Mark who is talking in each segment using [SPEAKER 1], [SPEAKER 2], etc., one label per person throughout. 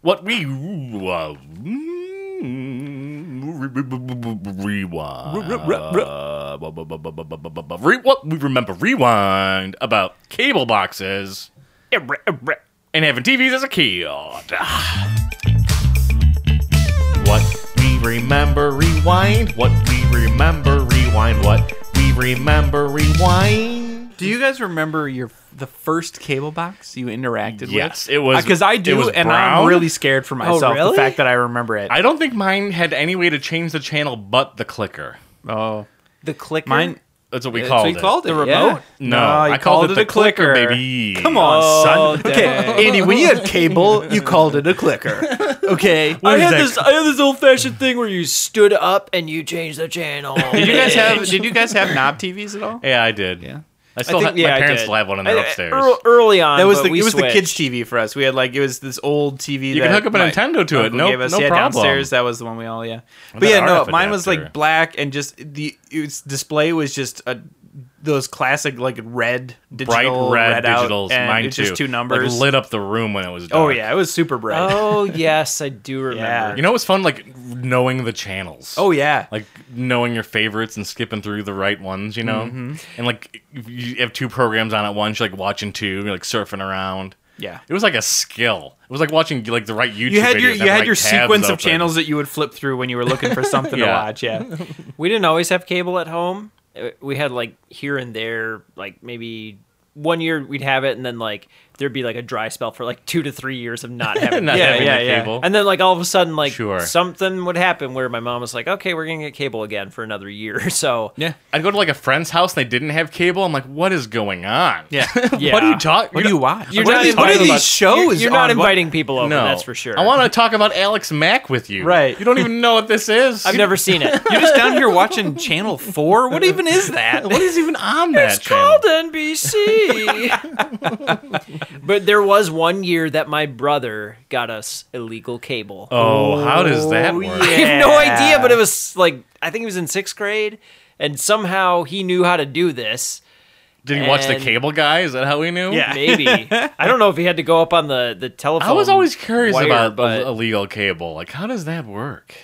[SPEAKER 1] What we uh, rewind. Re- what we remember rewind about cable boxes and having TVs as a kid. What we remember rewind. What we remember rewind. What we remember rewind.
[SPEAKER 2] Do you guys remember your the first cable box you interacted with?
[SPEAKER 1] Yes, it was-
[SPEAKER 2] because I
[SPEAKER 1] it
[SPEAKER 2] do,
[SPEAKER 1] was
[SPEAKER 2] and
[SPEAKER 1] brown.
[SPEAKER 2] I'm really scared for myself.
[SPEAKER 3] Oh, really?
[SPEAKER 2] The fact that I remember it.
[SPEAKER 1] I don't think mine had any way to change the channel but the clicker.
[SPEAKER 2] oh,
[SPEAKER 3] The clicker.
[SPEAKER 2] mine.
[SPEAKER 1] That's what we
[SPEAKER 2] That's
[SPEAKER 1] called
[SPEAKER 2] what you
[SPEAKER 1] it.
[SPEAKER 2] called it.
[SPEAKER 3] The
[SPEAKER 2] yeah.
[SPEAKER 3] remote?
[SPEAKER 1] No,
[SPEAKER 2] No, you
[SPEAKER 1] I called, it, the clicker,
[SPEAKER 2] clicker.
[SPEAKER 1] baby.
[SPEAKER 2] Come on,
[SPEAKER 3] Oh,
[SPEAKER 2] son. Okay, Andy, when you had cable, you called it a clicker. Okay.
[SPEAKER 3] I
[SPEAKER 1] is
[SPEAKER 3] had
[SPEAKER 1] that?
[SPEAKER 3] this. I had this old-fashioned thing where you stood up and you changed the channel.
[SPEAKER 2] Did you guys have? Did you guys have knob TVs at all?
[SPEAKER 1] Yeah, I did.
[SPEAKER 2] Yeah.
[SPEAKER 1] I still
[SPEAKER 3] think-
[SPEAKER 1] have,
[SPEAKER 3] yeah, I
[SPEAKER 1] my parents
[SPEAKER 3] did.
[SPEAKER 1] still have one in
[SPEAKER 3] I-
[SPEAKER 1] there
[SPEAKER 3] I-
[SPEAKER 1] upstairs.
[SPEAKER 3] ear- Early on,
[SPEAKER 2] That was
[SPEAKER 3] but
[SPEAKER 2] the
[SPEAKER 3] we
[SPEAKER 2] it was the kids
[SPEAKER 3] switched.
[SPEAKER 2] TV for us. We had like it was this old TV.
[SPEAKER 1] You
[SPEAKER 2] that
[SPEAKER 1] could hook up a
[SPEAKER 2] my
[SPEAKER 1] Nintendo to it.
[SPEAKER 2] uncle
[SPEAKER 1] No-
[SPEAKER 2] gave us.
[SPEAKER 1] no
[SPEAKER 2] yeah,
[SPEAKER 1] problem.
[SPEAKER 2] Downstairs, that was the one we all yeah. But
[SPEAKER 1] that
[SPEAKER 2] yeah, no,
[SPEAKER 1] RF
[SPEAKER 2] mine was
[SPEAKER 1] adapter.
[SPEAKER 2] like black and just the its display was just a those classic like red
[SPEAKER 1] Bright
[SPEAKER 2] digital
[SPEAKER 1] red,
[SPEAKER 2] out,
[SPEAKER 1] digitals.
[SPEAKER 2] and
[SPEAKER 1] mine
[SPEAKER 2] it's
[SPEAKER 1] too.
[SPEAKER 2] just two numbers.
[SPEAKER 1] Like, lit up the room when it was dark.
[SPEAKER 2] oh yeah, it was super bright.
[SPEAKER 3] Oh yes, I do remember.
[SPEAKER 1] You know what's fun? Like knowing the channels.
[SPEAKER 2] Oh yeah,
[SPEAKER 1] Like knowing your favorites and skipping through the right ones, you know?
[SPEAKER 2] Mm-hmm.
[SPEAKER 1] And like if you have two programs on at once, you're like watching two, you're like surfing around.
[SPEAKER 2] yeah.
[SPEAKER 1] It was like a skill. It was like watching like the right YouTube
[SPEAKER 2] You had your
[SPEAKER 1] videos
[SPEAKER 2] you
[SPEAKER 1] have
[SPEAKER 2] had
[SPEAKER 1] right
[SPEAKER 2] your
[SPEAKER 1] tabs
[SPEAKER 2] sequence of
[SPEAKER 1] open.
[SPEAKER 2] channels that you would flip through when you were looking for something to
[SPEAKER 1] Yeah.
[SPEAKER 2] watch. Yeah,
[SPEAKER 3] We didn't always have cable at home. Uh, We had like here and there, like maybe one year we'd have it, and then like there'd be like a dry spell for like two to three years of not having.
[SPEAKER 1] Not
[SPEAKER 3] it.
[SPEAKER 2] Yeah,
[SPEAKER 1] having
[SPEAKER 2] yeah,
[SPEAKER 1] the
[SPEAKER 2] yeah.
[SPEAKER 1] cable.
[SPEAKER 3] And then like all of a sudden, like
[SPEAKER 1] Sure.
[SPEAKER 3] something would happen where my mom was like, "Okay, we're gonna get cable again for another year." or So
[SPEAKER 2] yeah.
[SPEAKER 1] I'd go to like a friend's house and they didn't have cable. I'm like, what is going on?
[SPEAKER 2] Yeah.
[SPEAKER 3] Yeah.
[SPEAKER 1] What are you talking?
[SPEAKER 2] What do you watch?
[SPEAKER 3] You're
[SPEAKER 2] what
[SPEAKER 3] not
[SPEAKER 2] are these, what are
[SPEAKER 3] invited
[SPEAKER 2] these
[SPEAKER 3] about-
[SPEAKER 2] shows?
[SPEAKER 3] you're, you're not
[SPEAKER 2] on? What-
[SPEAKER 3] inviting people over.
[SPEAKER 1] No,
[SPEAKER 3] Oh, That's for sure.
[SPEAKER 1] I want to talk about Alex Mack with you.
[SPEAKER 2] Right.
[SPEAKER 1] You don't even know what this is.
[SPEAKER 3] I've never seen it.
[SPEAKER 2] You're just down here watching Channel Four. What even is that?
[SPEAKER 1] What is even on that
[SPEAKER 3] It's
[SPEAKER 1] channel?
[SPEAKER 3] called NBC. but there was one year that my brother got us illegal cable.
[SPEAKER 1] Oh, how does that
[SPEAKER 2] Oh,
[SPEAKER 1] work?
[SPEAKER 3] I have no idea, but it was like I think it was in sixth grade, and somehow he knew how to do this.
[SPEAKER 1] Did he watch the
[SPEAKER 3] And-
[SPEAKER 1] cable guy? Is that how we knew?
[SPEAKER 2] Yeah.
[SPEAKER 3] Maybe I don't know if he had to go up on the the telephone.
[SPEAKER 1] I was always curious
[SPEAKER 3] wire,
[SPEAKER 1] about
[SPEAKER 3] but
[SPEAKER 1] ill- illegal cable. Like, how does that work?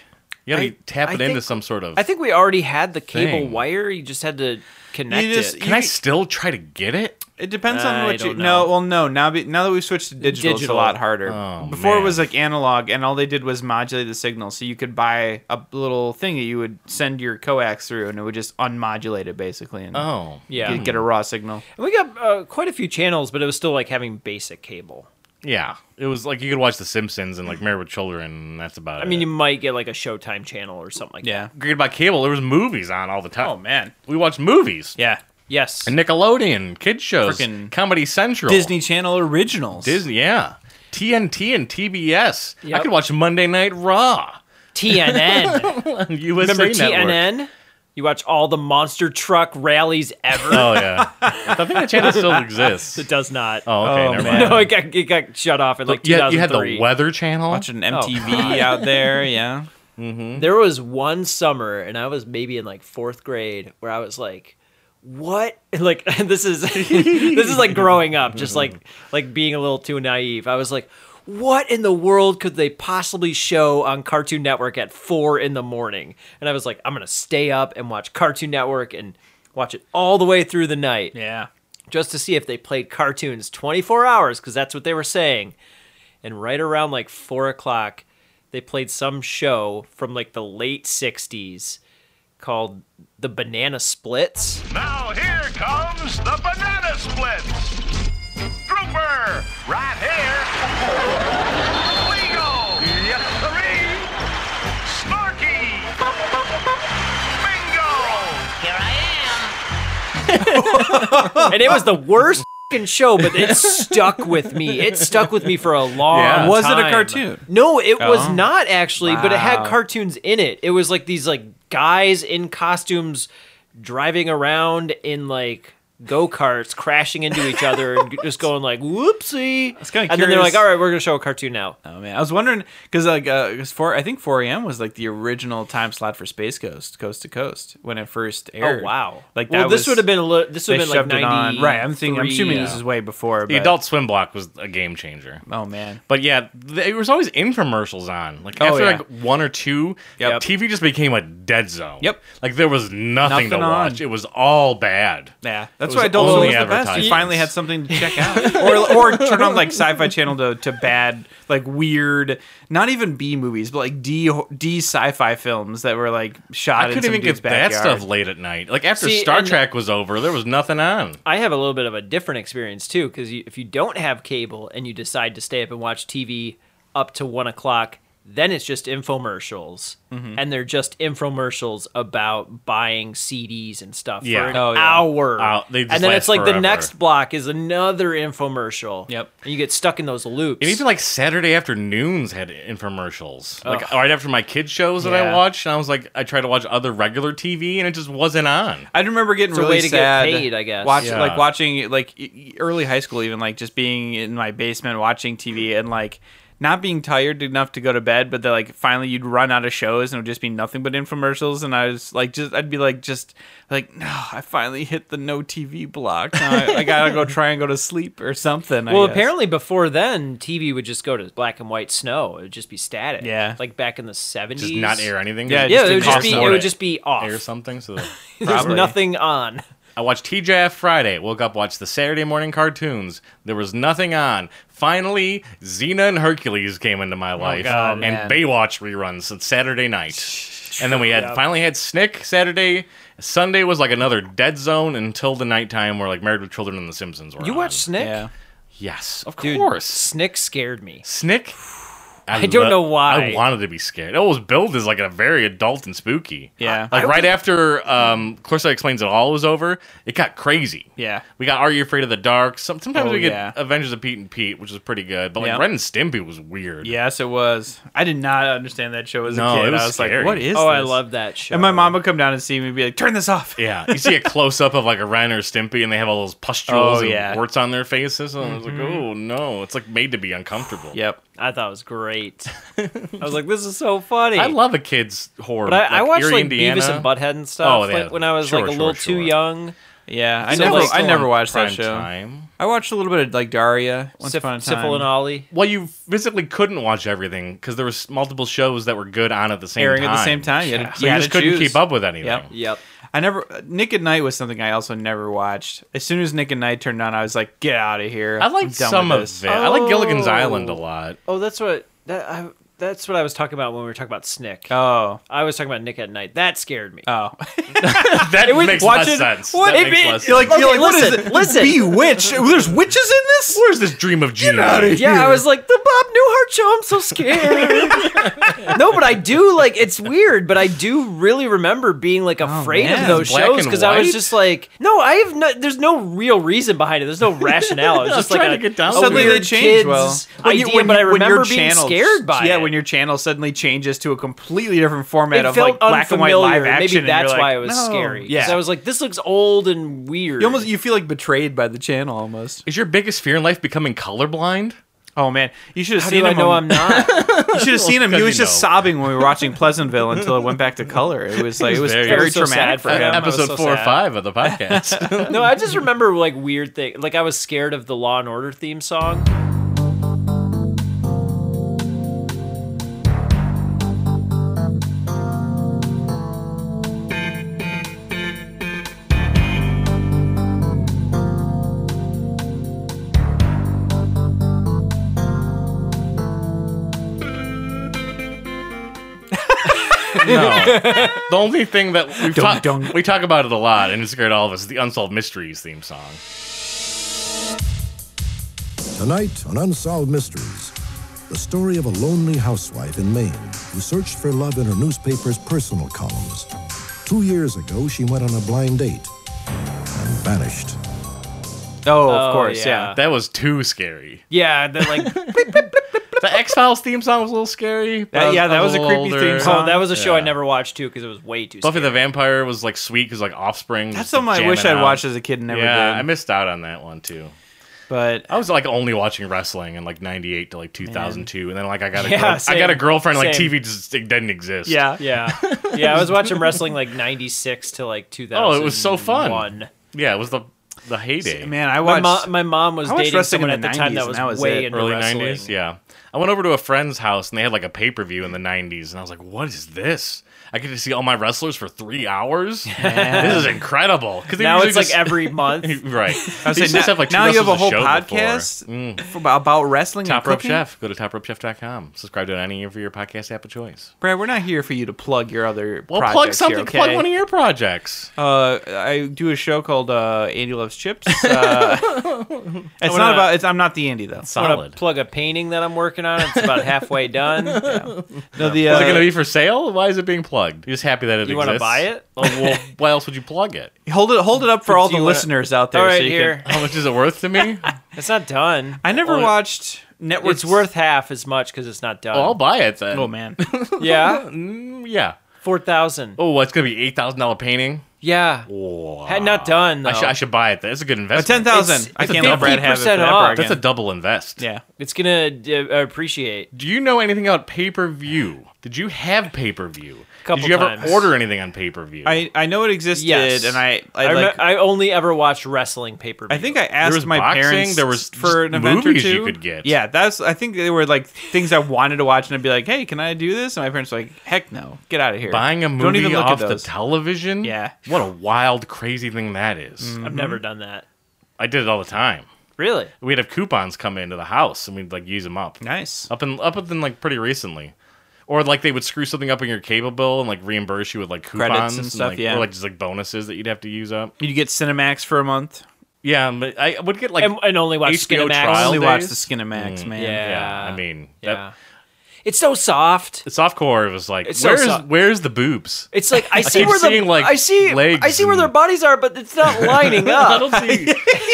[SPEAKER 1] You gotta
[SPEAKER 3] I-
[SPEAKER 1] tap
[SPEAKER 3] I
[SPEAKER 1] it into
[SPEAKER 3] think-
[SPEAKER 1] some sort of.
[SPEAKER 3] I think we already had the cable
[SPEAKER 1] Thing.
[SPEAKER 3] wire. You just had to connect
[SPEAKER 2] You just-
[SPEAKER 3] it.
[SPEAKER 1] Can I still try to get it?
[SPEAKER 2] It depends
[SPEAKER 3] I
[SPEAKER 2] on what you.
[SPEAKER 3] don't know.
[SPEAKER 2] No, well, no. Now, be, now that we've switched to digital, it's a
[SPEAKER 3] Digital.
[SPEAKER 2] lot harder.
[SPEAKER 1] Oh,
[SPEAKER 2] Before
[SPEAKER 1] man.
[SPEAKER 2] it was like analog, and all they did was modulate the signal. So you could buy a little thing that you would send your coax through, and it would just unmodulate it basically, and
[SPEAKER 1] Oh,
[SPEAKER 3] Yeah.
[SPEAKER 2] get, get a raw signal.
[SPEAKER 3] And we got uh, quite a few channels, but it was still like having basic cable.
[SPEAKER 1] yeah. It was like you could watch The Simpsons and like Married with Children. And that's about it.
[SPEAKER 3] I mean, you might get like a Showtime channel or something like that.
[SPEAKER 2] Yeah.
[SPEAKER 1] great about cable. There was movies on all the time.
[SPEAKER 2] Oh man.
[SPEAKER 1] we watched movies.
[SPEAKER 2] Yeah.
[SPEAKER 3] Yes.
[SPEAKER 1] And Nickelodeon, kid shows,
[SPEAKER 2] Frickin'
[SPEAKER 1] Comedy Central,
[SPEAKER 2] Disney Channel originals.
[SPEAKER 1] Disney, yeah, TNT and TBS. I
[SPEAKER 3] Yep.
[SPEAKER 1] could watch Monday Night Raw
[SPEAKER 3] TNN.
[SPEAKER 1] on USA
[SPEAKER 3] Remember
[SPEAKER 1] Network.
[SPEAKER 3] TNN? You watch all the monster truck rallies ever.
[SPEAKER 1] Oh yeah, I think that channel still exists.
[SPEAKER 3] It does not.
[SPEAKER 1] Oh, okay,
[SPEAKER 2] Oh,
[SPEAKER 1] never
[SPEAKER 2] man.
[SPEAKER 1] mind.
[SPEAKER 3] No, it got, it got shut off in like
[SPEAKER 1] you, had, you had
[SPEAKER 3] 2003.
[SPEAKER 1] the Weather Channel.
[SPEAKER 2] Watching
[SPEAKER 3] Oh.
[SPEAKER 2] MTV out there. Yeah.
[SPEAKER 3] There was one summer, and I was maybe in like fourth grade, where I was like, "What?" Like this is this is like growing up, just like like being a little too naive. I was like, "What in the world could they possibly show on Cartoon Network at four in the morning?" And I was like, "I'm gonna stay up and watch Cartoon Network and watch it all the way through the night."
[SPEAKER 2] Yeah.
[SPEAKER 3] just to see if they played cartoons 24 hours because that's what they were saying and right around like four o'clock they played some show from like the late 60s called the banana splits
[SPEAKER 4] Now here comes the banana splits. Trooper, right here. Legal. Yep. Three. Snarky. Bingo.
[SPEAKER 5] Here I
[SPEAKER 3] and it was the worst fing show but it stuck with me it stuck with me for a long
[SPEAKER 1] Yeah.
[SPEAKER 2] Was it a
[SPEAKER 3] time.
[SPEAKER 2] cartoon?
[SPEAKER 3] no it was
[SPEAKER 2] Oh.
[SPEAKER 3] not actually but it had
[SPEAKER 2] Wow.
[SPEAKER 3] cartoons in it it was like these like guys in costumes driving around in like go karts crashing into each other and just going like whoopsie.
[SPEAKER 2] was kinda
[SPEAKER 3] and then they're like,
[SPEAKER 2] curious-
[SPEAKER 3] all right, we're gonna show a cartoon now.
[SPEAKER 2] Oh man, I was wondering because like uh, 'cause four, I think 4 a.m. was like the original time slot for Space Coast, Coast to Coast, when it first aired.
[SPEAKER 3] Oh wow!
[SPEAKER 2] Like
[SPEAKER 3] well,
[SPEAKER 2] that
[SPEAKER 3] this
[SPEAKER 2] was-
[SPEAKER 3] would have been a li- this
[SPEAKER 2] They
[SPEAKER 3] would have been like
[SPEAKER 2] shoved it on.
[SPEAKER 3] ninety.
[SPEAKER 2] Right, I'm thinking. I'm assuming this is way before.
[SPEAKER 1] The
[SPEAKER 2] but-
[SPEAKER 1] Adult Swim block was a game changer.
[SPEAKER 2] Oh man,
[SPEAKER 1] But yeah, there was always infomercials on. Like
[SPEAKER 2] Oh,
[SPEAKER 1] after
[SPEAKER 2] yeah.
[SPEAKER 1] like one or two,
[SPEAKER 2] Yep.
[SPEAKER 1] TV just became a dead zone.
[SPEAKER 2] Yep.
[SPEAKER 1] Like there was nothing, to
[SPEAKER 2] Nothing on.
[SPEAKER 1] watch. It was all bad.
[SPEAKER 2] yeah, that's
[SPEAKER 1] was
[SPEAKER 2] why Adult Swim
[SPEAKER 1] only
[SPEAKER 2] was the best.
[SPEAKER 1] advertisements.
[SPEAKER 2] You finally had something to check out, or or turn on like Sci-Fi Channel to, to bad, like weird, not even B movies, but like D D sci-fi films that were like shot.
[SPEAKER 1] I
[SPEAKER 2] in
[SPEAKER 1] couldn't
[SPEAKER 2] some
[SPEAKER 1] even
[SPEAKER 2] dude's
[SPEAKER 1] get that
[SPEAKER 2] backyard.
[SPEAKER 1] stuff late at night. Like after
[SPEAKER 3] See,
[SPEAKER 1] Star
[SPEAKER 3] and-
[SPEAKER 1] Trek was over, there was nothing on.
[SPEAKER 3] I have a little bit of a different experience too, because if you don't have cable and you decide to stay up and watch TV up to one o'clock, then it's just infomercials,
[SPEAKER 1] Mm-hmm.
[SPEAKER 3] and they're just infomercials about buying CDs and stuff
[SPEAKER 1] Yeah.
[SPEAKER 3] for an
[SPEAKER 2] Oh, yeah.
[SPEAKER 3] hour,
[SPEAKER 1] Oh, they just
[SPEAKER 3] and then
[SPEAKER 1] last
[SPEAKER 3] it's like
[SPEAKER 1] forever.
[SPEAKER 3] the next block is another infomercial.
[SPEAKER 2] Yep.
[SPEAKER 3] and you get stuck in those loops.
[SPEAKER 1] And even like Saturday afternoons had infomercials. Like right after my kids shows that I
[SPEAKER 2] Yeah.
[SPEAKER 1] watched, and I was like, I tried to watch other regular TV, and it just wasn't on.
[SPEAKER 2] I remember getting
[SPEAKER 3] It's a
[SPEAKER 2] really
[SPEAKER 3] way to get
[SPEAKER 2] sad.
[SPEAKER 3] paid, I guess.
[SPEAKER 2] Watch,
[SPEAKER 1] Yeah.
[SPEAKER 2] Like watching, like e- e- early high school, even like just being in my basement watching TV and like not being tired enough to go to bed, but then like finally you'd run out of shows and it would just be nothing but infomercials. And I was like, just I'd be like, just like, no, I finally hit the no TV block. Now I, I gotta go try and go to sleep or something. I
[SPEAKER 3] Well,
[SPEAKER 2] guess.
[SPEAKER 3] apparently before then, TV would just go to black and white snow. It would just be static.
[SPEAKER 2] Yeah.
[SPEAKER 3] like back in the seventies.
[SPEAKER 1] Just not air anything.
[SPEAKER 2] Yeah,
[SPEAKER 1] Just
[SPEAKER 3] Yeah, it
[SPEAKER 2] didn't
[SPEAKER 3] would just
[SPEAKER 1] cost
[SPEAKER 3] be
[SPEAKER 1] more
[SPEAKER 3] it
[SPEAKER 1] to
[SPEAKER 3] would just be
[SPEAKER 1] air
[SPEAKER 3] off.
[SPEAKER 1] something. So
[SPEAKER 3] There's
[SPEAKER 2] Probably.
[SPEAKER 3] nothing on.
[SPEAKER 1] I watched TJF Friday. Woke up, watched the Saturday morning cartoons. There was nothing on. Finally, Xena and Hercules came into
[SPEAKER 3] Oh,
[SPEAKER 1] my life,
[SPEAKER 2] God,
[SPEAKER 1] and
[SPEAKER 2] man.
[SPEAKER 1] Baywatch reruns since Saturday night. And then we had finally had Snick Saturday. Sunday was like another dead zone until the nighttime where like Married with Children and The Simpsons were.
[SPEAKER 3] You
[SPEAKER 1] on.
[SPEAKER 3] watch Snick?
[SPEAKER 2] yeah.
[SPEAKER 1] Yes, of
[SPEAKER 3] Dude,
[SPEAKER 1] course.
[SPEAKER 3] Snick scared me.
[SPEAKER 1] Snick.
[SPEAKER 3] I don't know why.
[SPEAKER 1] I wanted to be scared. Oh, it was billed as like a very adult and spooky.
[SPEAKER 2] Yeah.
[SPEAKER 1] Like
[SPEAKER 2] I
[SPEAKER 1] right after um Clarissa Explains It All was over, it got crazy.
[SPEAKER 2] Yeah.
[SPEAKER 1] We got Are You Afraid of the Dark? Some, sometimes
[SPEAKER 2] Oh,
[SPEAKER 1] we get
[SPEAKER 2] yeah.
[SPEAKER 1] Avengers of Pete and Pete, which is pretty good. But like
[SPEAKER 2] Yeah.
[SPEAKER 1] Ren and Stimpy was weird.
[SPEAKER 2] Yes, it was. I did not understand that show as
[SPEAKER 1] No,
[SPEAKER 2] a kid.
[SPEAKER 1] it was
[SPEAKER 2] I was
[SPEAKER 1] scary.
[SPEAKER 2] like, what is
[SPEAKER 3] Oh, I
[SPEAKER 2] this?
[SPEAKER 3] love that show.
[SPEAKER 2] And my mom would come down and see me and be like, turn this off.
[SPEAKER 1] Yeah. You see a close up of like a Ren or Stimpy and they have all those pustules
[SPEAKER 2] Oh,
[SPEAKER 1] and
[SPEAKER 2] yeah. Mm-hmm.
[SPEAKER 1] warts on their faces. And I was like, oh no. It's like made to be uncomfortable.
[SPEAKER 2] Yep.
[SPEAKER 3] I thought it was great. I was like, this is so funny.
[SPEAKER 1] I love a kid's horror.
[SPEAKER 3] But I, I watched
[SPEAKER 1] Erie,
[SPEAKER 3] like
[SPEAKER 1] Indiana.
[SPEAKER 3] Beavis and Butthead and stuff
[SPEAKER 1] Oh, yeah.
[SPEAKER 3] like, when I was
[SPEAKER 1] Sure,
[SPEAKER 3] like a
[SPEAKER 1] sure,
[SPEAKER 3] little
[SPEAKER 1] sure.
[SPEAKER 3] too young.
[SPEAKER 2] Yeah, I
[SPEAKER 3] So,
[SPEAKER 2] never,
[SPEAKER 3] like,
[SPEAKER 2] I never
[SPEAKER 1] on
[SPEAKER 2] watched that
[SPEAKER 1] prime
[SPEAKER 2] show.
[SPEAKER 1] time.
[SPEAKER 2] I watched a little bit of like Daria. Once
[SPEAKER 3] Sif-
[SPEAKER 2] upon a time.
[SPEAKER 3] Syphil and Ollie.
[SPEAKER 1] Well, you physically couldn't watch everything because there was multiple shows that were good on at the same
[SPEAKER 2] airing
[SPEAKER 1] time.
[SPEAKER 2] at the same time. You, had to,
[SPEAKER 1] So you
[SPEAKER 2] had
[SPEAKER 1] just
[SPEAKER 2] to
[SPEAKER 1] couldn't
[SPEAKER 2] choose.
[SPEAKER 1] keep up with anything.
[SPEAKER 2] Yep.
[SPEAKER 3] Yep.
[SPEAKER 2] I never. Nick at Night was something I also never watched. As soon as Nick at Night turned on, I was like, "Get out of here!"
[SPEAKER 1] I like
[SPEAKER 2] I'm done
[SPEAKER 1] some
[SPEAKER 2] with
[SPEAKER 1] of
[SPEAKER 2] this.
[SPEAKER 1] it. I like Gilligan's
[SPEAKER 3] Oh.
[SPEAKER 1] Island a lot.
[SPEAKER 3] Oh, that's what that I, that's what I was talking about when we were talking about Snick.
[SPEAKER 2] Oh,
[SPEAKER 3] I was talking about Nick at Night. That scared me.
[SPEAKER 2] oh,
[SPEAKER 1] That
[SPEAKER 3] was-
[SPEAKER 1] makes less
[SPEAKER 3] watch it-
[SPEAKER 1] sense.
[SPEAKER 3] what-
[SPEAKER 1] That
[SPEAKER 3] it-
[SPEAKER 1] makes
[SPEAKER 3] it-
[SPEAKER 1] less
[SPEAKER 3] you're
[SPEAKER 1] sense.
[SPEAKER 3] like- Okay, listen, listen.
[SPEAKER 2] Bewitched. There's witches in this.
[SPEAKER 1] Where's this dream of genius?
[SPEAKER 3] Yeah, I was like the Bob Newhart show. I'm so scared. no, but I do like it's weird, but I do really remember being like afraid
[SPEAKER 2] man.
[SPEAKER 3] of those
[SPEAKER 1] Black
[SPEAKER 3] shows
[SPEAKER 1] and
[SPEAKER 3] because I
[SPEAKER 1] white?
[SPEAKER 3] was just like, no, I have no. There's no real reason behind it. There's no rationale. It's
[SPEAKER 1] I was
[SPEAKER 3] just like
[SPEAKER 1] trying
[SPEAKER 3] a,
[SPEAKER 1] to get down
[SPEAKER 3] a
[SPEAKER 1] to it.
[SPEAKER 2] Suddenly they
[SPEAKER 3] Oh, weird
[SPEAKER 2] change.
[SPEAKER 3] kid's
[SPEAKER 2] Well,
[SPEAKER 3] idea, but I remember being scared by
[SPEAKER 2] yeah,
[SPEAKER 3] it.
[SPEAKER 2] when your channel suddenly changes to a completely different format
[SPEAKER 3] it
[SPEAKER 2] of
[SPEAKER 3] felt
[SPEAKER 2] like black and white
[SPEAKER 3] unfamiliar.
[SPEAKER 2] live action.
[SPEAKER 3] Maybe
[SPEAKER 2] and you're
[SPEAKER 3] that's
[SPEAKER 2] like,
[SPEAKER 3] why it was
[SPEAKER 2] "No."
[SPEAKER 3] scary. 'cause
[SPEAKER 2] Yeah,
[SPEAKER 3] I was like, this looks old and weird.
[SPEAKER 2] you almost you feel like betrayed by the channel almost.
[SPEAKER 1] Is your biggest fear in life becoming colorblind?
[SPEAKER 2] Oh man, you should have
[SPEAKER 3] How
[SPEAKER 2] seen
[SPEAKER 3] do I
[SPEAKER 2] him.
[SPEAKER 3] know
[SPEAKER 2] on-
[SPEAKER 3] I'm not?
[SPEAKER 2] You should have seen him. He
[SPEAKER 1] because
[SPEAKER 2] was
[SPEAKER 1] you
[SPEAKER 2] just
[SPEAKER 1] know.
[SPEAKER 2] sobbing when we were watching Pleasantville until it went back to color. It was like it was
[SPEAKER 1] very-
[SPEAKER 2] very,
[SPEAKER 1] That
[SPEAKER 3] was so
[SPEAKER 2] traumatic
[SPEAKER 3] sad
[SPEAKER 2] for
[SPEAKER 3] for
[SPEAKER 2] him.
[SPEAKER 3] him. I was
[SPEAKER 1] Uh, Episode
[SPEAKER 3] so
[SPEAKER 1] four or
[SPEAKER 3] sad.
[SPEAKER 1] five of the podcast.
[SPEAKER 3] no, I just remember like weird thing. Like I was scared of the Law and Order theme song.
[SPEAKER 1] no, the only thing that we've
[SPEAKER 2] Dun,
[SPEAKER 1] talked
[SPEAKER 2] dun.
[SPEAKER 1] we talk about it a lot, and it scared all of us. is The Unsolved Mysteries theme song.
[SPEAKER 6] Tonight on Unsolved Mysteries, the story of a lonely housewife in Maine who searched for love in her newspaper's personal columns. Two years ago, she went on a blind date and vanished.
[SPEAKER 2] Oh, of
[SPEAKER 3] Oh,
[SPEAKER 2] course,
[SPEAKER 3] yeah.
[SPEAKER 2] yeah.
[SPEAKER 1] That was too scary.
[SPEAKER 3] Yeah, that like
[SPEAKER 1] The X Files theme song was a little scary. but
[SPEAKER 2] That-
[SPEAKER 1] I
[SPEAKER 2] yeah,
[SPEAKER 1] I
[SPEAKER 2] that was a
[SPEAKER 1] little
[SPEAKER 2] creepy theme
[SPEAKER 1] older.
[SPEAKER 2] song.
[SPEAKER 3] Oh, that was a show I
[SPEAKER 1] Yeah.
[SPEAKER 3] never watched too because it was way too.
[SPEAKER 1] Buffy
[SPEAKER 3] scary.
[SPEAKER 1] the Vampire was like sweet because like Offspring.
[SPEAKER 2] That's
[SPEAKER 1] was
[SPEAKER 2] something I
[SPEAKER 1] jamming
[SPEAKER 2] wish I'd
[SPEAKER 1] out.
[SPEAKER 2] watched as a kid and never
[SPEAKER 1] Yeah,
[SPEAKER 2] did.
[SPEAKER 1] I missed out on that one too.
[SPEAKER 2] but
[SPEAKER 1] I was like only watching wrestling in like '98 to like 2002, and then like I got a
[SPEAKER 3] Yeah,
[SPEAKER 1] girl- I
[SPEAKER 3] same.
[SPEAKER 1] got a girlfriend like
[SPEAKER 3] Same.
[SPEAKER 1] TV just it didn't exist.
[SPEAKER 2] yeah,
[SPEAKER 3] Yeah, yeah. I was watching wrestling like '96 to like 2000.
[SPEAKER 1] Oh, it was so fun.
[SPEAKER 3] One.
[SPEAKER 1] yeah, it was the the heyday,
[SPEAKER 2] man, I
[SPEAKER 3] My,
[SPEAKER 2] watched.
[SPEAKER 3] mo- my mom was
[SPEAKER 2] I watched
[SPEAKER 3] dating
[SPEAKER 2] wrestling
[SPEAKER 3] someone
[SPEAKER 2] in
[SPEAKER 3] at
[SPEAKER 2] the
[SPEAKER 3] the time
[SPEAKER 2] 90s,
[SPEAKER 3] that
[SPEAKER 2] and
[SPEAKER 3] was
[SPEAKER 2] that was
[SPEAKER 3] way
[SPEAKER 2] it.
[SPEAKER 3] into
[SPEAKER 1] early
[SPEAKER 3] wrestling.
[SPEAKER 1] '90s. Yeah, I went over to a friend's house and they had like a pay per view in the '90s, and I was like, "What is this? I get to see all my wrestlers for three hours. This is incredible." Because
[SPEAKER 3] Now it's like every month.
[SPEAKER 1] right.
[SPEAKER 2] I was
[SPEAKER 1] They used
[SPEAKER 2] saying,
[SPEAKER 1] to
[SPEAKER 2] now,
[SPEAKER 1] have, like, two
[SPEAKER 2] now you have a
[SPEAKER 1] wrestlers
[SPEAKER 2] whole
[SPEAKER 1] show before. Mm.
[SPEAKER 2] podcast f- about wrestling
[SPEAKER 1] Top
[SPEAKER 2] and
[SPEAKER 1] Rope
[SPEAKER 2] cooking.
[SPEAKER 1] Chef. Go to topropeChef.com. Subscribe to any of your podcast app of choice.
[SPEAKER 2] Brad, we're not here for you to plug your other.
[SPEAKER 1] Well,
[SPEAKER 2] projects
[SPEAKER 1] plug something.
[SPEAKER 2] Here, okay?
[SPEAKER 1] Plug one of your projects.
[SPEAKER 2] Uh, I do a show called uh, Andy Loves Chips. Uh, it's not
[SPEAKER 3] wanna-
[SPEAKER 2] about. It's, I'm not the Andy though.
[SPEAKER 3] I want
[SPEAKER 1] Solid.
[SPEAKER 3] to plug a painting that I'm working on. It's about halfway done.
[SPEAKER 2] No, the
[SPEAKER 1] Is it going to
[SPEAKER 2] uh,
[SPEAKER 1] be for sale? Why is it being plugged? You're just happy that it
[SPEAKER 3] You
[SPEAKER 1] exists.
[SPEAKER 3] want to buy it?
[SPEAKER 1] Oh, well, why else would you plug it?
[SPEAKER 2] hold it hold it up for all the
[SPEAKER 3] you wanna-
[SPEAKER 2] listeners out there.
[SPEAKER 3] All
[SPEAKER 2] so
[SPEAKER 3] right,
[SPEAKER 2] you can-
[SPEAKER 3] here.
[SPEAKER 1] How much is it worth to me?
[SPEAKER 3] It's not done.
[SPEAKER 2] I never
[SPEAKER 3] Well,
[SPEAKER 2] watched network.
[SPEAKER 3] It's worth half as much because it's not done.
[SPEAKER 1] Oh, I'll buy it then.
[SPEAKER 2] Oh man,
[SPEAKER 3] yeah,
[SPEAKER 1] Mm, yeah.
[SPEAKER 3] four thousand.
[SPEAKER 1] Oh, well, it's going to be eight thousand dollar painting.
[SPEAKER 3] Yeah,
[SPEAKER 1] Wow.
[SPEAKER 3] had not done. Though.
[SPEAKER 1] I should, I should buy it. That's a good investment.
[SPEAKER 2] ten thousand.
[SPEAKER 3] It's-
[SPEAKER 2] I
[SPEAKER 3] it's
[SPEAKER 2] can't let Brad have it
[SPEAKER 3] 50%
[SPEAKER 2] forever
[SPEAKER 3] off.
[SPEAKER 2] again.
[SPEAKER 1] That's a double invest.
[SPEAKER 2] yeah.
[SPEAKER 3] It's gonna uh, appreciate.
[SPEAKER 1] Do you know anything about pay per view? Did you have pay per view?
[SPEAKER 3] Couple
[SPEAKER 1] Did you ever
[SPEAKER 3] times.
[SPEAKER 1] order anything on pay per view?
[SPEAKER 2] I I know it existed,
[SPEAKER 3] Yes,
[SPEAKER 2] and I I,
[SPEAKER 3] remem-
[SPEAKER 2] like. I,
[SPEAKER 3] I only ever watched wrestling paper.
[SPEAKER 2] think I
[SPEAKER 1] There
[SPEAKER 2] asked
[SPEAKER 1] was
[SPEAKER 2] my
[SPEAKER 1] boxing,
[SPEAKER 2] parents.
[SPEAKER 1] There was
[SPEAKER 2] for an
[SPEAKER 1] just
[SPEAKER 2] event
[SPEAKER 1] movies
[SPEAKER 2] or two.
[SPEAKER 1] you could get.
[SPEAKER 2] Yeah, that's. I think they were like things I wanted to watch, and I'd be like, "Hey, can I do this?" And my parents were like, "Heck no, get out of here."
[SPEAKER 1] buying a movie
[SPEAKER 2] Don't even look
[SPEAKER 1] off
[SPEAKER 2] at
[SPEAKER 1] the
[SPEAKER 2] those.
[SPEAKER 1] television.
[SPEAKER 2] Yeah. Mm.
[SPEAKER 1] what a wild, crazy thing that is.
[SPEAKER 3] I've never done that.
[SPEAKER 1] I did it all the time.
[SPEAKER 3] Really?
[SPEAKER 1] We'd have coupons come into the house and we'd like use them up.
[SPEAKER 2] nice.
[SPEAKER 1] Up and up and like pretty recently. Or like they would screw something up in your cable bill and like reimburse you with like coupons
[SPEAKER 2] Credits and stuff,
[SPEAKER 1] like,
[SPEAKER 2] yeah.
[SPEAKER 1] or like just like bonuses that you'd have to use up.
[SPEAKER 2] You get Cinemax for a month.
[SPEAKER 1] Yeah, um, but I would get like
[SPEAKER 3] And, uh, and only watched
[SPEAKER 1] HBO
[SPEAKER 3] Skinamax.
[SPEAKER 1] trial.
[SPEAKER 2] only
[SPEAKER 1] days? Mm,
[SPEAKER 2] watch the Skinemax, man.
[SPEAKER 3] Yeah.
[SPEAKER 1] yeah. I mean,
[SPEAKER 3] Yeah.
[SPEAKER 1] that,
[SPEAKER 3] It's so soft.
[SPEAKER 1] the softcore was like,
[SPEAKER 3] It's so
[SPEAKER 1] where's
[SPEAKER 3] so-
[SPEAKER 1] where's the boobs?
[SPEAKER 3] It's like I see
[SPEAKER 1] keep
[SPEAKER 3] where the
[SPEAKER 1] seeing, like,
[SPEAKER 3] I see
[SPEAKER 1] legs
[SPEAKER 3] I see where their
[SPEAKER 1] and-
[SPEAKER 3] bodies are, but it's not lining
[SPEAKER 1] I
[SPEAKER 3] up.
[SPEAKER 1] don't see.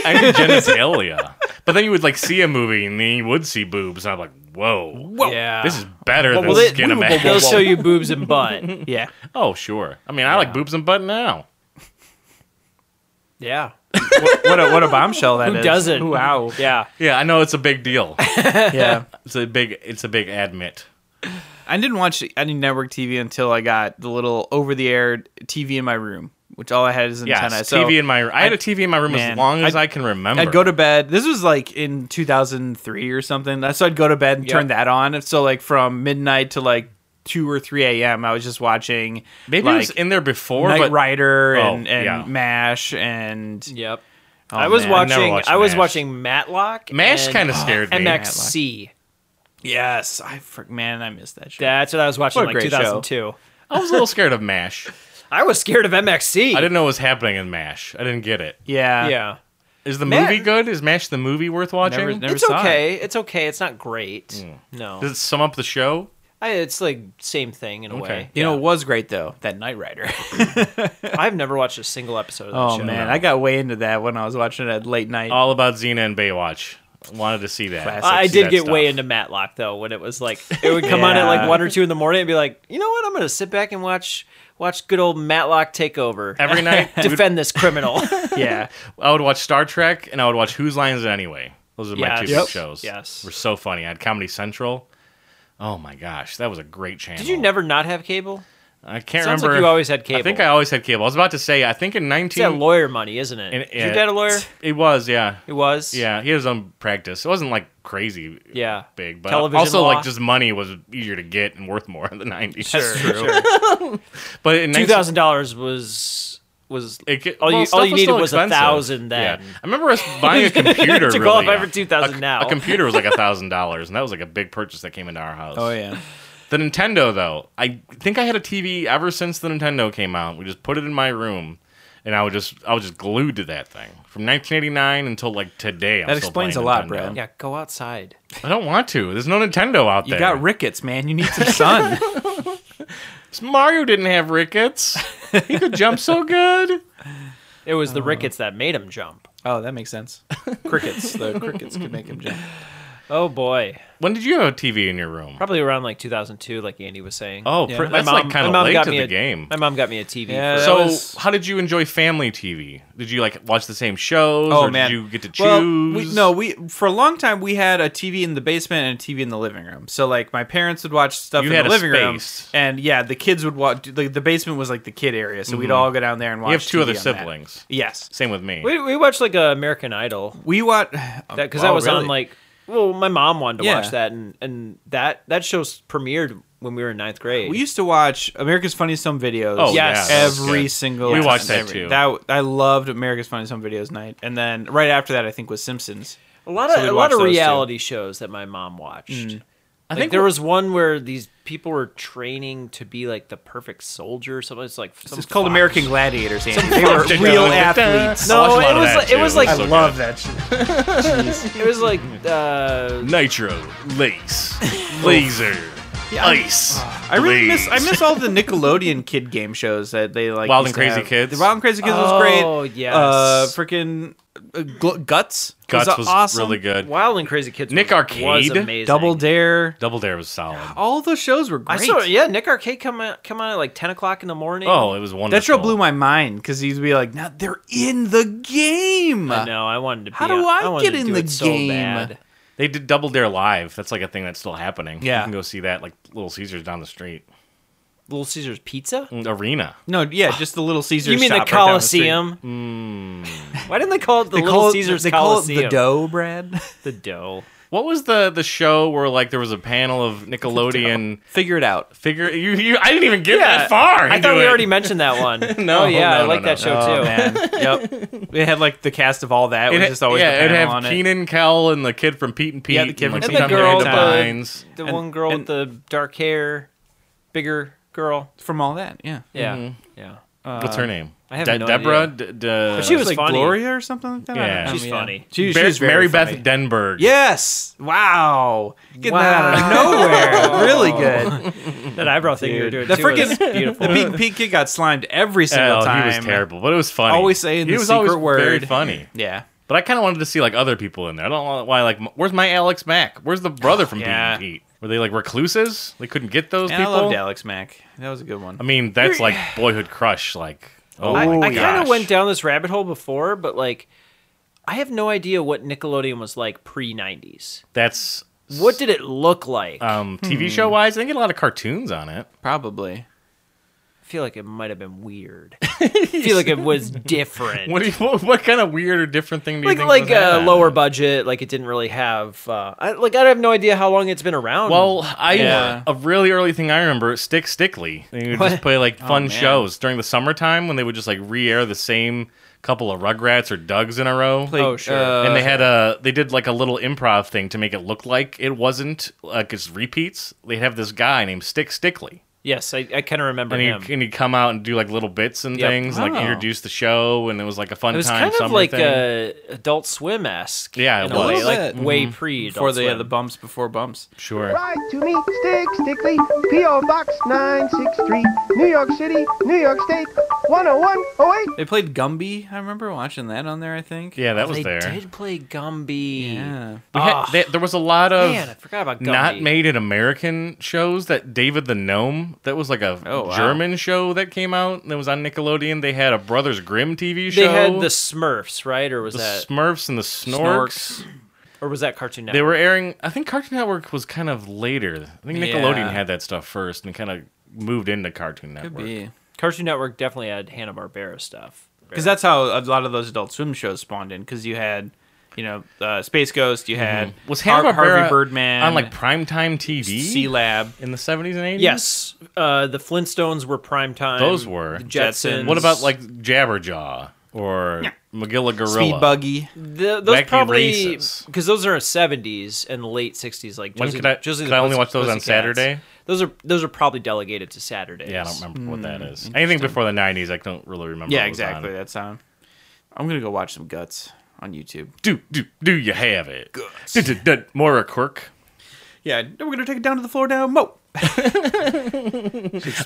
[SPEAKER 1] I need genitalia. But then you would like see a movie and then you would see boobs, and I'm like, whoa, whoa,
[SPEAKER 3] Yeah.
[SPEAKER 1] this is better than
[SPEAKER 3] well, they-
[SPEAKER 1] Skinamax.
[SPEAKER 3] They'll show you boobs and butt.
[SPEAKER 2] Yeah.
[SPEAKER 1] Oh, sure. I mean, I like boobs and butt now.
[SPEAKER 3] Yeah.
[SPEAKER 2] What, what a what a bombshell that is.
[SPEAKER 3] Who doesn't?
[SPEAKER 2] Wow.
[SPEAKER 3] Yeah.
[SPEAKER 1] Yeah, I know it's a big deal.
[SPEAKER 2] Yeah.
[SPEAKER 1] It's a big, it's a big admit.
[SPEAKER 2] I didn't watch any network TV until I got the little over the air TV in my room, which all I had is
[SPEAKER 1] Yeah,
[SPEAKER 2] antenna.
[SPEAKER 1] TV
[SPEAKER 2] so
[SPEAKER 1] in my. I had a TV in my room
[SPEAKER 2] Man,
[SPEAKER 1] as long as
[SPEAKER 2] I'd-
[SPEAKER 1] i can remember.
[SPEAKER 2] I'd go to bed. This was like in 2003 or something. So I'd go to bed and turn that on. So like from midnight to like two or three a.m. I was just watching.
[SPEAKER 1] Maybe
[SPEAKER 2] like,
[SPEAKER 1] it was in there before,
[SPEAKER 2] Knight
[SPEAKER 1] but
[SPEAKER 2] Rider and,
[SPEAKER 1] Oh,
[SPEAKER 2] and
[SPEAKER 1] yeah.
[SPEAKER 2] Mash and
[SPEAKER 3] Yep.
[SPEAKER 2] Oh,
[SPEAKER 3] I was
[SPEAKER 2] man.
[SPEAKER 1] I've never
[SPEAKER 3] watching.
[SPEAKER 1] watched
[SPEAKER 3] I was
[SPEAKER 1] MASH.
[SPEAKER 3] watching Matlock.
[SPEAKER 1] Mash
[SPEAKER 3] and
[SPEAKER 1] kinda scared me.
[SPEAKER 3] MXC.
[SPEAKER 2] Yes, I frick, man, I missed that show.
[SPEAKER 3] That's what I was watching
[SPEAKER 2] What a
[SPEAKER 3] in like
[SPEAKER 2] great show.
[SPEAKER 3] 2002.
[SPEAKER 1] I was a little scared of Mash.
[SPEAKER 3] I was scared of MXC.
[SPEAKER 1] I didn't know what was happening in Mash. I didn't get it.
[SPEAKER 2] yeah,
[SPEAKER 3] Yeah.
[SPEAKER 1] Is the
[SPEAKER 3] Ma-
[SPEAKER 1] movie good? Is Mash the movie worth watching?
[SPEAKER 2] Never- never-
[SPEAKER 3] It's
[SPEAKER 2] saw it.
[SPEAKER 3] okay. It's okay. It's not great. No.
[SPEAKER 1] Mm. Does it sum up the show?
[SPEAKER 3] I, it's like same thing in a way.
[SPEAKER 2] You know, it was great though. That Knight Rider.
[SPEAKER 3] I've never watched a single episode of that
[SPEAKER 2] Oh
[SPEAKER 3] show.
[SPEAKER 2] man, I got way into that when I was watching it at late night.
[SPEAKER 1] all about Xena and Baywatch. Wanted to see that.
[SPEAKER 2] Classic.
[SPEAKER 3] I
[SPEAKER 1] See
[SPEAKER 3] I did
[SPEAKER 1] that
[SPEAKER 3] get
[SPEAKER 1] stuff.
[SPEAKER 3] way into Matlock though when it was like it would come on at like
[SPEAKER 2] Yeah.
[SPEAKER 3] one or two in the morning and be like, you know what? I'm gonna sit back and watch watch good old Matlock take over.
[SPEAKER 1] every night.
[SPEAKER 3] defend this criminal.
[SPEAKER 2] yeah,
[SPEAKER 1] I would watch Star Trek and I would watch Whose Line Is It Anyway. Those are my two
[SPEAKER 3] Yes. Yep.
[SPEAKER 1] big shows.
[SPEAKER 3] Yes.
[SPEAKER 1] were so funny. I had Comedy Central. Oh my gosh, that was a great channel.
[SPEAKER 3] Did you never not have cable?
[SPEAKER 1] I can't
[SPEAKER 3] Sounds like
[SPEAKER 1] remember.
[SPEAKER 3] you always had
[SPEAKER 1] I think
[SPEAKER 3] cable.
[SPEAKER 1] I always had cable. I was about to say. I think in
[SPEAKER 3] It's that
[SPEAKER 1] nineteen.
[SPEAKER 3] lawyer money, isn't it?
[SPEAKER 1] in-
[SPEAKER 3] Is your
[SPEAKER 1] yeah.
[SPEAKER 3] dad a lawyer?
[SPEAKER 1] It was, yeah,
[SPEAKER 3] He was.
[SPEAKER 1] yeah. He had his own practice. It wasn't like crazy,
[SPEAKER 3] Yeah.
[SPEAKER 1] big, but
[SPEAKER 3] Television
[SPEAKER 1] also
[SPEAKER 3] law.
[SPEAKER 1] like just money was easier to get and worth more in the nineties.
[SPEAKER 3] That's true.
[SPEAKER 1] But in 19-
[SPEAKER 3] Two thousand dollars was was
[SPEAKER 1] It get,
[SPEAKER 3] All you-
[SPEAKER 1] stuff
[SPEAKER 3] all you needed
[SPEAKER 1] still
[SPEAKER 3] was a
[SPEAKER 1] expensive.
[SPEAKER 3] thousand then.
[SPEAKER 1] Yeah. I remember us buying a computer.
[SPEAKER 3] To
[SPEAKER 1] really,
[SPEAKER 3] go up
[SPEAKER 1] uh,
[SPEAKER 3] every 2,000
[SPEAKER 1] a-
[SPEAKER 3] now.
[SPEAKER 1] A computer was like a thousand dollars, and that was like a big purchase that came into our house.
[SPEAKER 2] oh yeah.
[SPEAKER 1] The Nintendo though, I think I had a TV ever since the Nintendo came out. We just put it in my room, and I would just I was just glued to that thing from 1989 until like today. I'm
[SPEAKER 2] That
[SPEAKER 1] still
[SPEAKER 2] explains
[SPEAKER 1] playing
[SPEAKER 2] a lot,
[SPEAKER 1] Nintendo.
[SPEAKER 2] Brad.
[SPEAKER 3] yeah. Go outside.
[SPEAKER 1] I don't want to. There's no Nintendo out
[SPEAKER 2] You
[SPEAKER 1] there.
[SPEAKER 2] got rickets, man. You need some sun.
[SPEAKER 1] Mario didn't have rickets. he could jump so good.
[SPEAKER 3] It was
[SPEAKER 1] Uh.
[SPEAKER 3] the rickets that made him jump.
[SPEAKER 2] oh, that makes sense. Crickets. The crickets could make him jump.
[SPEAKER 3] Oh boy.
[SPEAKER 1] When did you have a TV in your room?
[SPEAKER 3] Probably around like 2002, like Andy was saying.
[SPEAKER 1] Oh,
[SPEAKER 2] Yeah.
[SPEAKER 1] pr-
[SPEAKER 3] My
[SPEAKER 1] that's
[SPEAKER 3] mom-
[SPEAKER 1] like
[SPEAKER 3] my
[SPEAKER 1] kind
[SPEAKER 3] mom
[SPEAKER 1] of late
[SPEAKER 3] got
[SPEAKER 1] to
[SPEAKER 3] me
[SPEAKER 1] the
[SPEAKER 3] a-
[SPEAKER 1] game.
[SPEAKER 3] My mom got me a TV.
[SPEAKER 2] Yeah,
[SPEAKER 3] for-
[SPEAKER 2] that
[SPEAKER 1] So,
[SPEAKER 2] was-
[SPEAKER 1] how did you enjoy family TV? Did you like watch the same shows?
[SPEAKER 2] Oh
[SPEAKER 1] or
[SPEAKER 2] man,
[SPEAKER 1] did you get to choose?
[SPEAKER 2] Well, we, no, we for a long time we had a TV in the basement and a TV in the living room. So like my parents would watch stuff
[SPEAKER 1] You
[SPEAKER 2] in
[SPEAKER 1] had
[SPEAKER 2] the
[SPEAKER 1] a
[SPEAKER 2] living room,
[SPEAKER 1] space.
[SPEAKER 2] and yeah, the kids would watch. The, the basement was like the kid area, so we'd all go down there and watch.
[SPEAKER 1] Mm-hmm. you have two
[SPEAKER 2] TV
[SPEAKER 1] other
[SPEAKER 2] on that.
[SPEAKER 1] siblings.
[SPEAKER 2] Yes,
[SPEAKER 1] Same with me.
[SPEAKER 3] we, we watched like uh, American Idol
[SPEAKER 2] we watch
[SPEAKER 3] that because that was on like. Well, my mom wanted to
[SPEAKER 2] Yeah.
[SPEAKER 3] watch that, and and that that show premiered when we were in ninth grade.
[SPEAKER 2] We used to watch America's Funniest Home Videos.
[SPEAKER 1] Oh,
[SPEAKER 3] Yes. yeah, that was
[SPEAKER 2] every
[SPEAKER 1] good.
[SPEAKER 2] single.
[SPEAKER 1] We
[SPEAKER 2] time.
[SPEAKER 1] watched that,
[SPEAKER 2] Every-
[SPEAKER 1] too.
[SPEAKER 2] That I loved America's Funniest Home Videos night, and then right after that, I think was Simpsons.
[SPEAKER 3] a lot
[SPEAKER 2] so
[SPEAKER 3] of
[SPEAKER 2] we'd
[SPEAKER 3] a lot
[SPEAKER 2] watch
[SPEAKER 3] of
[SPEAKER 2] those, Hmm. too.
[SPEAKER 3] reality shows that my mom watched. I think there was one where these people were training to be like the perfect soldier. or Something it's like some
[SPEAKER 2] It's called
[SPEAKER 3] fox-
[SPEAKER 2] American Gladiators. Andy. They were
[SPEAKER 1] Fox
[SPEAKER 2] real
[SPEAKER 1] show.
[SPEAKER 2] athletes.
[SPEAKER 1] I watched
[SPEAKER 3] No,
[SPEAKER 1] a lot
[SPEAKER 3] it
[SPEAKER 1] of
[SPEAKER 3] was
[SPEAKER 1] that,
[SPEAKER 3] like, it
[SPEAKER 1] too.
[SPEAKER 3] was
[SPEAKER 1] It was
[SPEAKER 3] like
[SPEAKER 1] so
[SPEAKER 2] love that shit.
[SPEAKER 3] it was like uh,
[SPEAKER 1] Nitro, lace, laser, ice.
[SPEAKER 2] I really miss I
[SPEAKER 1] blaze.
[SPEAKER 2] miss all the Nickelodeon kid game shows that they like.
[SPEAKER 1] Wild
[SPEAKER 2] used
[SPEAKER 1] and
[SPEAKER 2] to
[SPEAKER 1] Crazy
[SPEAKER 2] have.
[SPEAKER 1] Kids.
[SPEAKER 2] The Wild and Crazy Kids
[SPEAKER 3] Oh,
[SPEAKER 2] was great.
[SPEAKER 3] yes.
[SPEAKER 2] Uh, freaking uh, Gl- guts.
[SPEAKER 1] Guts was,
[SPEAKER 2] awesome.
[SPEAKER 1] really good.
[SPEAKER 3] Wild and Crazy Kids.
[SPEAKER 1] Nick
[SPEAKER 3] was, was
[SPEAKER 1] Arcade?
[SPEAKER 3] amazing.
[SPEAKER 2] Double Dare.
[SPEAKER 1] Double Dare was solid.
[SPEAKER 2] All those shows were great.
[SPEAKER 3] I saw yeah, Nick Arcade come out come out at like ten o'clock in the morning.
[SPEAKER 1] Oh, it was wonderful.
[SPEAKER 2] that show blew my mind because he'd be like, "Now they're in the game."
[SPEAKER 3] I know. I wanted to. Be
[SPEAKER 2] How do
[SPEAKER 3] on-
[SPEAKER 2] I
[SPEAKER 3] wanted
[SPEAKER 2] get
[SPEAKER 3] to
[SPEAKER 2] in
[SPEAKER 3] do
[SPEAKER 2] the
[SPEAKER 3] it so
[SPEAKER 2] game?
[SPEAKER 3] bad.
[SPEAKER 1] They did Double Dare live. That's like a thing that's still happening.
[SPEAKER 2] Yeah.
[SPEAKER 1] you can go see that like Little Caesars down the street
[SPEAKER 3] Little Caesars Pizza.
[SPEAKER 1] Mm, arena.
[SPEAKER 2] No, yeah, just the Little Caesars.
[SPEAKER 3] you mean the
[SPEAKER 2] shop right down the street.
[SPEAKER 3] Coliseum? Why didn't they call it the
[SPEAKER 2] They
[SPEAKER 3] Little
[SPEAKER 2] call it,
[SPEAKER 3] Caesars
[SPEAKER 2] they call it
[SPEAKER 3] Coliseum?
[SPEAKER 2] the dough, Brad.
[SPEAKER 3] The dough.
[SPEAKER 1] What was the the show where like there was a panel of Nickelodeon
[SPEAKER 2] Figure it out.
[SPEAKER 1] figure? You, you I didn't even get
[SPEAKER 3] Yeah.
[SPEAKER 1] that far.
[SPEAKER 3] I
[SPEAKER 1] into
[SPEAKER 3] thought we
[SPEAKER 1] it.
[SPEAKER 3] already mentioned that one.
[SPEAKER 1] No,
[SPEAKER 3] oh, yeah,
[SPEAKER 1] no,
[SPEAKER 3] I
[SPEAKER 1] no,
[SPEAKER 3] like
[SPEAKER 1] no.
[SPEAKER 3] that show
[SPEAKER 2] Oh
[SPEAKER 3] too.
[SPEAKER 2] man, yep. They had like the cast of all that. It
[SPEAKER 1] It
[SPEAKER 2] was
[SPEAKER 1] had,
[SPEAKER 2] just always
[SPEAKER 1] yeah,
[SPEAKER 2] the
[SPEAKER 1] it'd
[SPEAKER 2] panel
[SPEAKER 1] have
[SPEAKER 2] on it.
[SPEAKER 1] Keenan Kel and the kid from Pete and Pete.
[SPEAKER 2] Yeah, the kid from
[SPEAKER 1] like,
[SPEAKER 2] Pete
[SPEAKER 1] sometimes
[SPEAKER 3] and Pete.
[SPEAKER 1] they had
[SPEAKER 3] And the
[SPEAKER 1] the
[SPEAKER 3] girl, the-
[SPEAKER 1] vines.
[SPEAKER 3] The
[SPEAKER 2] And-
[SPEAKER 3] one girl
[SPEAKER 2] and-
[SPEAKER 3] with the dark hair, bigger girl.
[SPEAKER 2] From all that, yeah.
[SPEAKER 3] Yeah, yeah.
[SPEAKER 1] What's
[SPEAKER 2] Uh,
[SPEAKER 1] her name?
[SPEAKER 3] I have
[SPEAKER 1] De-
[SPEAKER 3] no
[SPEAKER 1] Deborah.
[SPEAKER 3] idea.
[SPEAKER 1] D- de-
[SPEAKER 3] she was
[SPEAKER 2] like
[SPEAKER 3] funny.
[SPEAKER 2] Gloria or something like that. I don't
[SPEAKER 1] Yeah.
[SPEAKER 2] know.
[SPEAKER 1] She's
[SPEAKER 3] funny.
[SPEAKER 2] She,
[SPEAKER 1] Bar-
[SPEAKER 2] she's very
[SPEAKER 1] Mary
[SPEAKER 2] funny.
[SPEAKER 1] Beth Denberg.
[SPEAKER 2] Yes. Wow. Getting that out of
[SPEAKER 3] Wow.
[SPEAKER 2] nowhere. really good.
[SPEAKER 3] That eyebrow thing you were doing.
[SPEAKER 2] Dude, the
[SPEAKER 3] too was
[SPEAKER 2] freaking
[SPEAKER 3] beautiful.
[SPEAKER 2] the Pete and Pete kid got slimed every single
[SPEAKER 1] Oh,
[SPEAKER 2] time.
[SPEAKER 1] he was terrible, but it was funny.
[SPEAKER 2] Always saying
[SPEAKER 1] he
[SPEAKER 2] the
[SPEAKER 1] was always
[SPEAKER 2] secret word.
[SPEAKER 1] Very funny.
[SPEAKER 2] Yeah.
[SPEAKER 1] But I kind of wanted to see like other people in there. I don't know why. Like, m- where's my Alex Mack? Where's the brother from Pete
[SPEAKER 2] Yeah.
[SPEAKER 1] and Pete? Were they like recluses? They couldn't get those
[SPEAKER 2] And I
[SPEAKER 1] people.
[SPEAKER 2] loved Alex Mack. That was a good one.
[SPEAKER 1] I mean, that's like boyhood crush. Like, oh,
[SPEAKER 3] I,
[SPEAKER 1] my
[SPEAKER 3] I kind
[SPEAKER 1] gosh.
[SPEAKER 3] of went down this rabbit hole before, but like, I have no idea what Nickelodeon was like pre '90s.
[SPEAKER 1] That's
[SPEAKER 3] What did it look like?
[SPEAKER 1] um,
[SPEAKER 2] Hmm.
[SPEAKER 1] TV show wise. They get a lot of cartoons on it.
[SPEAKER 2] Probably.
[SPEAKER 3] I feel like it might have been weird. I feel like it was different.
[SPEAKER 1] What, do you, what, what kind of weird or different thing do you
[SPEAKER 3] like
[SPEAKER 1] think?
[SPEAKER 3] like
[SPEAKER 1] was on
[SPEAKER 3] a
[SPEAKER 2] uh,
[SPEAKER 1] it?
[SPEAKER 3] lower budget. Like it didn't really have. Uh, I, like I have no idea how long it's been around.
[SPEAKER 1] Well, I
[SPEAKER 2] Yeah.
[SPEAKER 1] a really early thing I remember Stick Stickly. They would just
[SPEAKER 3] What? Oh,
[SPEAKER 1] play like fun
[SPEAKER 2] man.
[SPEAKER 1] shows during the summertime when they would just like re-air the same couple of Rugrats or Dugs in a row.
[SPEAKER 2] Like,
[SPEAKER 3] Oh, sure.
[SPEAKER 2] uh,
[SPEAKER 1] and they had a they did like a little improv thing to make it look like it wasn't like it's repeats. They'd have this guy named Stick Stickly.
[SPEAKER 3] yes, I, I kind of remember
[SPEAKER 1] And
[SPEAKER 3] him.
[SPEAKER 1] he'd, and he'd come out and do like little bits and
[SPEAKER 3] Yep.
[SPEAKER 1] things, and
[SPEAKER 2] Oh.
[SPEAKER 1] like introduce the show, and it was like a fun
[SPEAKER 3] It was
[SPEAKER 1] time
[SPEAKER 3] kind of
[SPEAKER 1] summer
[SPEAKER 3] like uh,
[SPEAKER 1] thing.
[SPEAKER 3] a Adult Swim esque.
[SPEAKER 1] Yeah, it
[SPEAKER 3] in a way,
[SPEAKER 1] was. Mm-hmm.
[SPEAKER 3] like
[SPEAKER 2] Mhm.
[SPEAKER 3] way pre
[SPEAKER 2] before
[SPEAKER 3] Adult
[SPEAKER 2] the,
[SPEAKER 3] Swim.
[SPEAKER 2] uh, the bumps before bumps.
[SPEAKER 1] sure.
[SPEAKER 7] Write to me, Stick Stickley, P.O. Box 963, New York City, New York State, 10108.
[SPEAKER 2] They played Gumby. I remember watching that on there. I think.
[SPEAKER 1] Yeah, that was
[SPEAKER 3] they
[SPEAKER 1] there.
[SPEAKER 3] did play Gumby.
[SPEAKER 2] Yeah.
[SPEAKER 1] We had-
[SPEAKER 3] Ah.
[SPEAKER 1] there- there was a lot of
[SPEAKER 3] Man, I forgot about Gumby.
[SPEAKER 1] not made in American shows that David the Gnome that was like a
[SPEAKER 2] Oh, wow.
[SPEAKER 1] German show that came out that was on Nickelodeon. They had a Brothers Grimm TV show.
[SPEAKER 3] They had the Smurfs, right? Or was
[SPEAKER 1] The
[SPEAKER 3] that
[SPEAKER 1] Smurfs and the Snorks.
[SPEAKER 3] or was that Cartoon
[SPEAKER 1] They
[SPEAKER 3] Network?
[SPEAKER 1] were airing. I think Cartoon Network was kind of later. I think Nickelodeon
[SPEAKER 2] Yeah.
[SPEAKER 1] had that stuff first and kind of moved into Cartoon Network.
[SPEAKER 2] Gumby.
[SPEAKER 3] Cartoon Network definitely had Hanna Barbera stuff.
[SPEAKER 2] because that's how a lot of those Adult Swim shows spawned in. Because you had, you know, uh, Space Ghost. You had
[SPEAKER 1] Mm-hmm. Was
[SPEAKER 2] Har-
[SPEAKER 1] Hanna
[SPEAKER 2] Harvey
[SPEAKER 1] Barbera
[SPEAKER 2] Birdman
[SPEAKER 1] on like primetime TV
[SPEAKER 2] C Lab.
[SPEAKER 1] in the seventies and eighties?
[SPEAKER 3] Yes, uh, the Flintstones were prime time.
[SPEAKER 1] Those were.
[SPEAKER 3] the Jetsons.
[SPEAKER 2] Jetsons.
[SPEAKER 1] What about like Jabberjaw or McGilla
[SPEAKER 2] Speed Buggy.
[SPEAKER 3] the, those
[SPEAKER 1] Wacky
[SPEAKER 3] probably
[SPEAKER 1] Races.
[SPEAKER 3] because those are seventies and late sixties. Like
[SPEAKER 1] When
[SPEAKER 3] Josie-
[SPEAKER 1] could I-
[SPEAKER 3] Josie
[SPEAKER 1] could
[SPEAKER 3] the
[SPEAKER 1] I only
[SPEAKER 3] Puss-
[SPEAKER 1] watch those on
[SPEAKER 3] Pussycats.
[SPEAKER 1] Saturday?
[SPEAKER 3] Those are those are probably delegated to Saturdays.
[SPEAKER 1] Yeah, I don't remember what that is. Anything before the '90s, I don't really remember.
[SPEAKER 2] Hmm, Yeah,
[SPEAKER 1] what was on.
[SPEAKER 2] exactly. That sound. I'm gonna go watch some guts on YouTube.
[SPEAKER 1] Do do do you have it? Du- du- du- Moira Quirk.
[SPEAKER 2] Yeah, then we're gonna take it down to the floor now. Mo.
[SPEAKER 1] I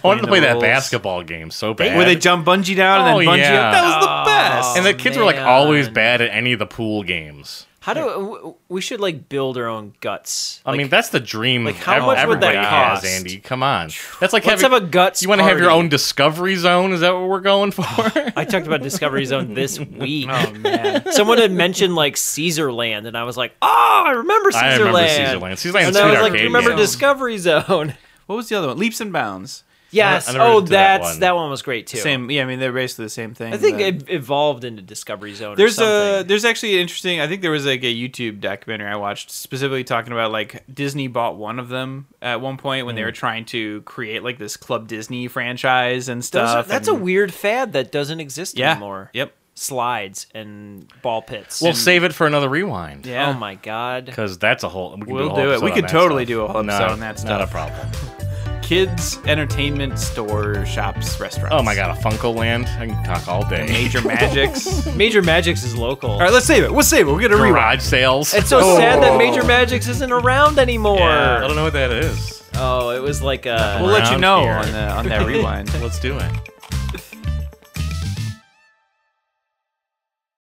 [SPEAKER 1] wanted to
[SPEAKER 2] the
[SPEAKER 1] play that
[SPEAKER 2] rules.
[SPEAKER 1] basketball game so bad.
[SPEAKER 2] Where they jump Oh, bungee down
[SPEAKER 1] Oh,
[SPEAKER 2] and then bungee
[SPEAKER 1] yeah.
[SPEAKER 2] up. That was the best.
[SPEAKER 1] and the kids were like always
[SPEAKER 3] man.
[SPEAKER 1] bad at any of the pool games.
[SPEAKER 3] How do w- we should like build our own guts?
[SPEAKER 1] I mean, that's the dream.
[SPEAKER 3] like,
[SPEAKER 1] of
[SPEAKER 3] how much would that
[SPEAKER 1] everybody has,
[SPEAKER 3] cost?
[SPEAKER 1] Andy? Come on, that's like
[SPEAKER 3] Let's
[SPEAKER 1] having
[SPEAKER 3] have a guts
[SPEAKER 1] You want to have your
[SPEAKER 3] party.
[SPEAKER 1] own discovery zone? Is that what we're going for?
[SPEAKER 3] I talked about Discovery Zone this week.
[SPEAKER 2] Oh man.
[SPEAKER 3] Someone had mentioned like Caesarland, and I was like, "Oh, I remember Caesarland."
[SPEAKER 1] I remember Caesarland. Caesarland's
[SPEAKER 3] And I was
[SPEAKER 1] sweet
[SPEAKER 3] like,
[SPEAKER 1] arcade
[SPEAKER 3] "Remember
[SPEAKER 1] games.
[SPEAKER 3] Discovery Zone?"
[SPEAKER 2] What was the other one? Leaps and bounds.
[SPEAKER 3] yes.
[SPEAKER 1] I never
[SPEAKER 3] Oh,
[SPEAKER 1] did that
[SPEAKER 3] that's that
[SPEAKER 1] one.
[SPEAKER 3] one. was great too.
[SPEAKER 2] Same. Yeah, I mean they're basically the same thing.
[SPEAKER 3] I think it
[SPEAKER 2] but-
[SPEAKER 3] evolved into Discovery Zone.
[SPEAKER 2] there's
[SPEAKER 3] or
[SPEAKER 2] a
[SPEAKER 3] something.
[SPEAKER 2] there's actually an interesting. I think there was like a YouTube documentary I watched specifically talking about like Disney bought one of them at one point when they were trying to create like this Club Disney franchise and
[SPEAKER 3] Those are-
[SPEAKER 2] stuff.
[SPEAKER 3] that's
[SPEAKER 2] and-
[SPEAKER 3] a weird fad that doesn't exist
[SPEAKER 2] yeah.
[SPEAKER 3] anymore.
[SPEAKER 2] Yep.
[SPEAKER 3] Slides and ball pits.
[SPEAKER 1] We'll save it for another rewind.
[SPEAKER 2] Yeah.
[SPEAKER 3] Oh my god.
[SPEAKER 1] Because that's a whole. We can
[SPEAKER 2] We'll
[SPEAKER 1] do, a whole
[SPEAKER 2] do it.
[SPEAKER 1] episode
[SPEAKER 2] We
[SPEAKER 1] on
[SPEAKER 2] could
[SPEAKER 1] that
[SPEAKER 2] totally
[SPEAKER 1] stuff.
[SPEAKER 2] do a whole episode
[SPEAKER 1] Not-
[SPEAKER 2] on that
[SPEAKER 1] Not
[SPEAKER 2] stuff.
[SPEAKER 1] a problem.
[SPEAKER 2] Kids entertainment store shops restaurants.
[SPEAKER 1] Oh my god, a Funko Land. I can talk all day.
[SPEAKER 2] Major Magics. All
[SPEAKER 3] Major Magics is local.
[SPEAKER 2] right, let's save it. We'll save it. We'll get a rewind.
[SPEAKER 1] Garage sales.
[SPEAKER 3] It's so
[SPEAKER 2] Oh.
[SPEAKER 3] sad that Major Magics isn't around anymore.
[SPEAKER 1] I don't know what that is. Uh,
[SPEAKER 3] Oh, it was like a.
[SPEAKER 2] We'll let you
[SPEAKER 1] Around
[SPEAKER 2] know
[SPEAKER 1] here.
[SPEAKER 2] on the on that rewind.
[SPEAKER 1] Let's do it.